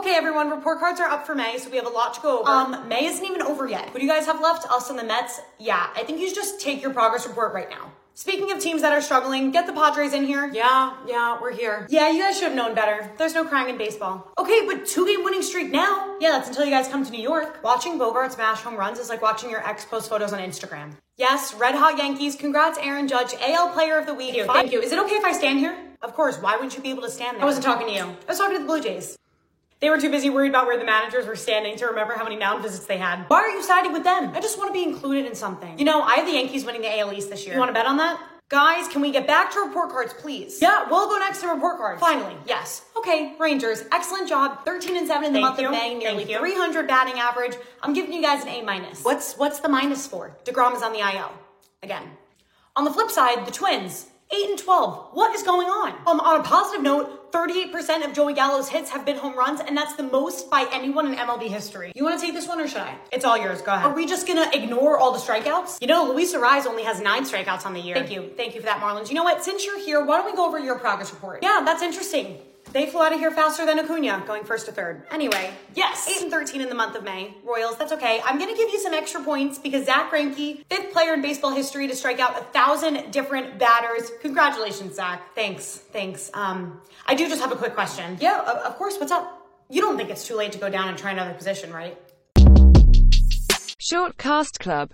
Okay, everyone, report cards are up for May, so we have a lot to go over. Um, May isn't even over yet. What do you guys have left? Us and the Mets? Yeah, I think you should just take your progress report right now. Speaking of teams that are struggling, get the Padres in here. Yeah, yeah, we're here. Yeah, you guys should have known better. There's no crying in baseball. Okay, but two game winning streak now. Yeah, that's until you guys come to New York. Watching Bogarts mash home runs is like watching your ex post photos on Instagram. Yes, Red Hot Yankees. Congrats, Aaron Judge, AL Player of the Week. Thank you. Thank you. Is it okay if I stand here? Of course. Why wouldn't you be able to stand there? I wasn't talking to you. I was talking to the Blue Jays. They were too busy worried about where the managers were standing to remember how many mound visits they had. Why aren't you siding with them? I just want to be included in something. You know, I have the Yankees winning the AL East this year. You want to bet on that? Guys, can we get back to report cards, please? Yeah, we'll go next to report cards. Finally, yes. Okay, Rangers, excellent job. 13 and 7 in the Thank month you. of May, nearly Thank you. 300 batting average. I'm giving you guys an A minus. What's what's the minus for? Degrom is on the IL again. On the flip side, the Twins, 8 and 12. What is going on? Um, on a positive note, 38% of Joey Gallo's hits have been home runs, and that's the most by anyone in MLB history. You want to take this one or should I? It's all yours. Go ahead. Are we just going to ignore all the strikeouts? You know, Luis Ariz only has nine strikeouts on the year. Thank you. Thank you for that, Marlins. You know what? Since you're here, why don't we go over your progress report? Yeah, that's interesting. They flew out of here faster than Acuna, going first to third. Anyway, yes, 8 and 13 in the month of May. Royals, that's okay. I'm going to give you some extra points because Zach Greinke, fifth player in baseball history to strike out a thousand different batters. Congratulations, Zach. Thanks, thanks. Um, I do just have a quick question. Yeah, of, of course. What's up? You don't think it's too late to go down and try another position, right? Short Cast Club